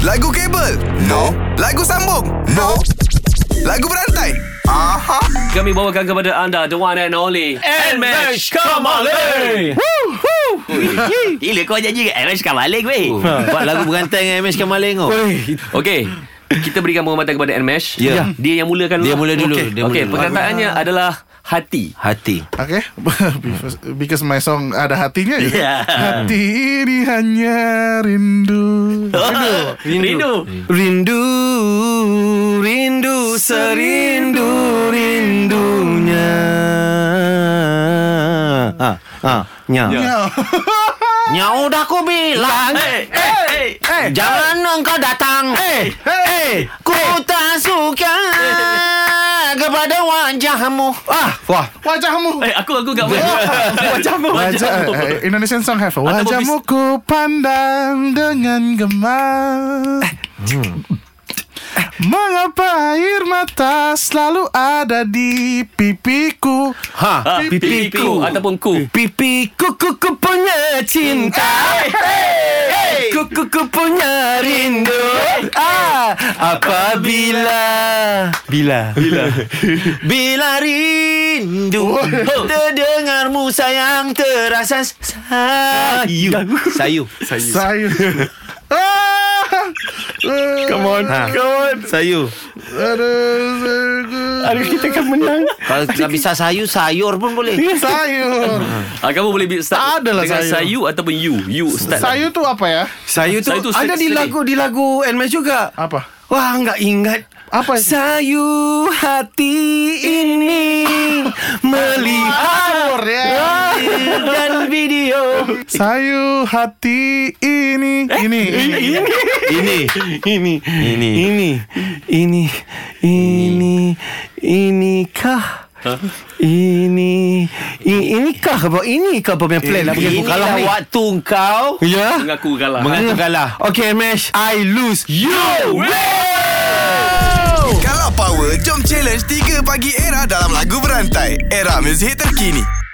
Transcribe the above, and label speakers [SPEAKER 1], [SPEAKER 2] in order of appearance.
[SPEAKER 1] Lagu kabel? No. Lagu sambung? No. Lagu berantai? Aha.
[SPEAKER 2] Kami bawakan kepada anda The one and only Enmesh Kamale
[SPEAKER 3] Gila kau janji kat Amish Kamaleng weh
[SPEAKER 4] Buat lagu berantai dengan MS Kamaleng kau.
[SPEAKER 2] Okay Kita berikan penghormatan kepada Enmesh
[SPEAKER 4] Ya.
[SPEAKER 2] Dia yang mulakan
[SPEAKER 4] Dia
[SPEAKER 2] lah.
[SPEAKER 4] mula dulu.
[SPEAKER 2] Okay,
[SPEAKER 4] Dia mula
[SPEAKER 2] okay
[SPEAKER 4] dulu.
[SPEAKER 2] perkataannya adalah Hati
[SPEAKER 4] Hati.
[SPEAKER 5] Okay because, because my song ada hatinya je.
[SPEAKER 3] Ya.
[SPEAKER 5] Hati ini hanya rindu
[SPEAKER 2] Ah, Rindu
[SPEAKER 4] Rindu, rindu, serindu, rindunya. Ha, ha, nya.
[SPEAKER 5] Oh.
[SPEAKER 4] Nyau dah aku bilang.
[SPEAKER 3] Hey,
[SPEAKER 4] Eh, Jangan engkau datang Eh, eh, Ku tak suka Kepada wajahmu Ah, wah
[SPEAKER 5] Wajahmu
[SPEAKER 2] Eh aku aku kat mana Wajahmu
[SPEAKER 5] Wajah, eh, Indonesian song have Wajahmu ku pandang dengan gemar Mengapa air mata selalu ada di pipiku
[SPEAKER 4] Ha,
[SPEAKER 2] Pipiku Ataupun Ah, ku
[SPEAKER 4] Pipi ku ku ku punya cinta Ku ku ku punya rindu ah, Apabila Bila Bila Bila rindu Terdengarmu sayang Terasa sayu Ah, Sayu
[SPEAKER 5] Saya Ah, eh,
[SPEAKER 4] Come on ha. Come on Sayu
[SPEAKER 5] aduh, eh,
[SPEAKER 4] Kalau tak bisa sayu Sayur pun boleh
[SPEAKER 5] Sayur
[SPEAKER 2] ah, Kamu boleh bi- start
[SPEAKER 5] Adalah
[SPEAKER 2] Dengan
[SPEAKER 5] sayur.
[SPEAKER 2] sayu Ataupun you You start
[SPEAKER 5] Sayur tu apa ya?
[SPEAKER 4] Sayu tu
[SPEAKER 2] Sayu tu
[SPEAKER 4] Ada di
[SPEAKER 2] sedih.
[SPEAKER 4] lagu Di lagu NMAS juga
[SPEAKER 5] Apa?
[SPEAKER 4] Wah, enggak ingat.
[SPEAKER 5] Apa?
[SPEAKER 4] Sayu hati ini melihat
[SPEAKER 5] Sayur ya
[SPEAKER 4] dan video
[SPEAKER 5] Sayur hati ini Eh, Ini Ini
[SPEAKER 4] ini ini ini ini ini ini inikah ini ini inikah apa ini kah apa punya plan lah
[SPEAKER 3] Ini
[SPEAKER 4] bagi aku kalah
[SPEAKER 3] dah
[SPEAKER 4] ni.
[SPEAKER 3] waktu kau
[SPEAKER 4] Ya.
[SPEAKER 2] Mengaku kalah
[SPEAKER 4] Mengaku kalah. Okay, Mesh. I lose. You win.
[SPEAKER 1] Kalau power, jom challenge 3 pagi era dalam lagu berantai. Era muzik terkini.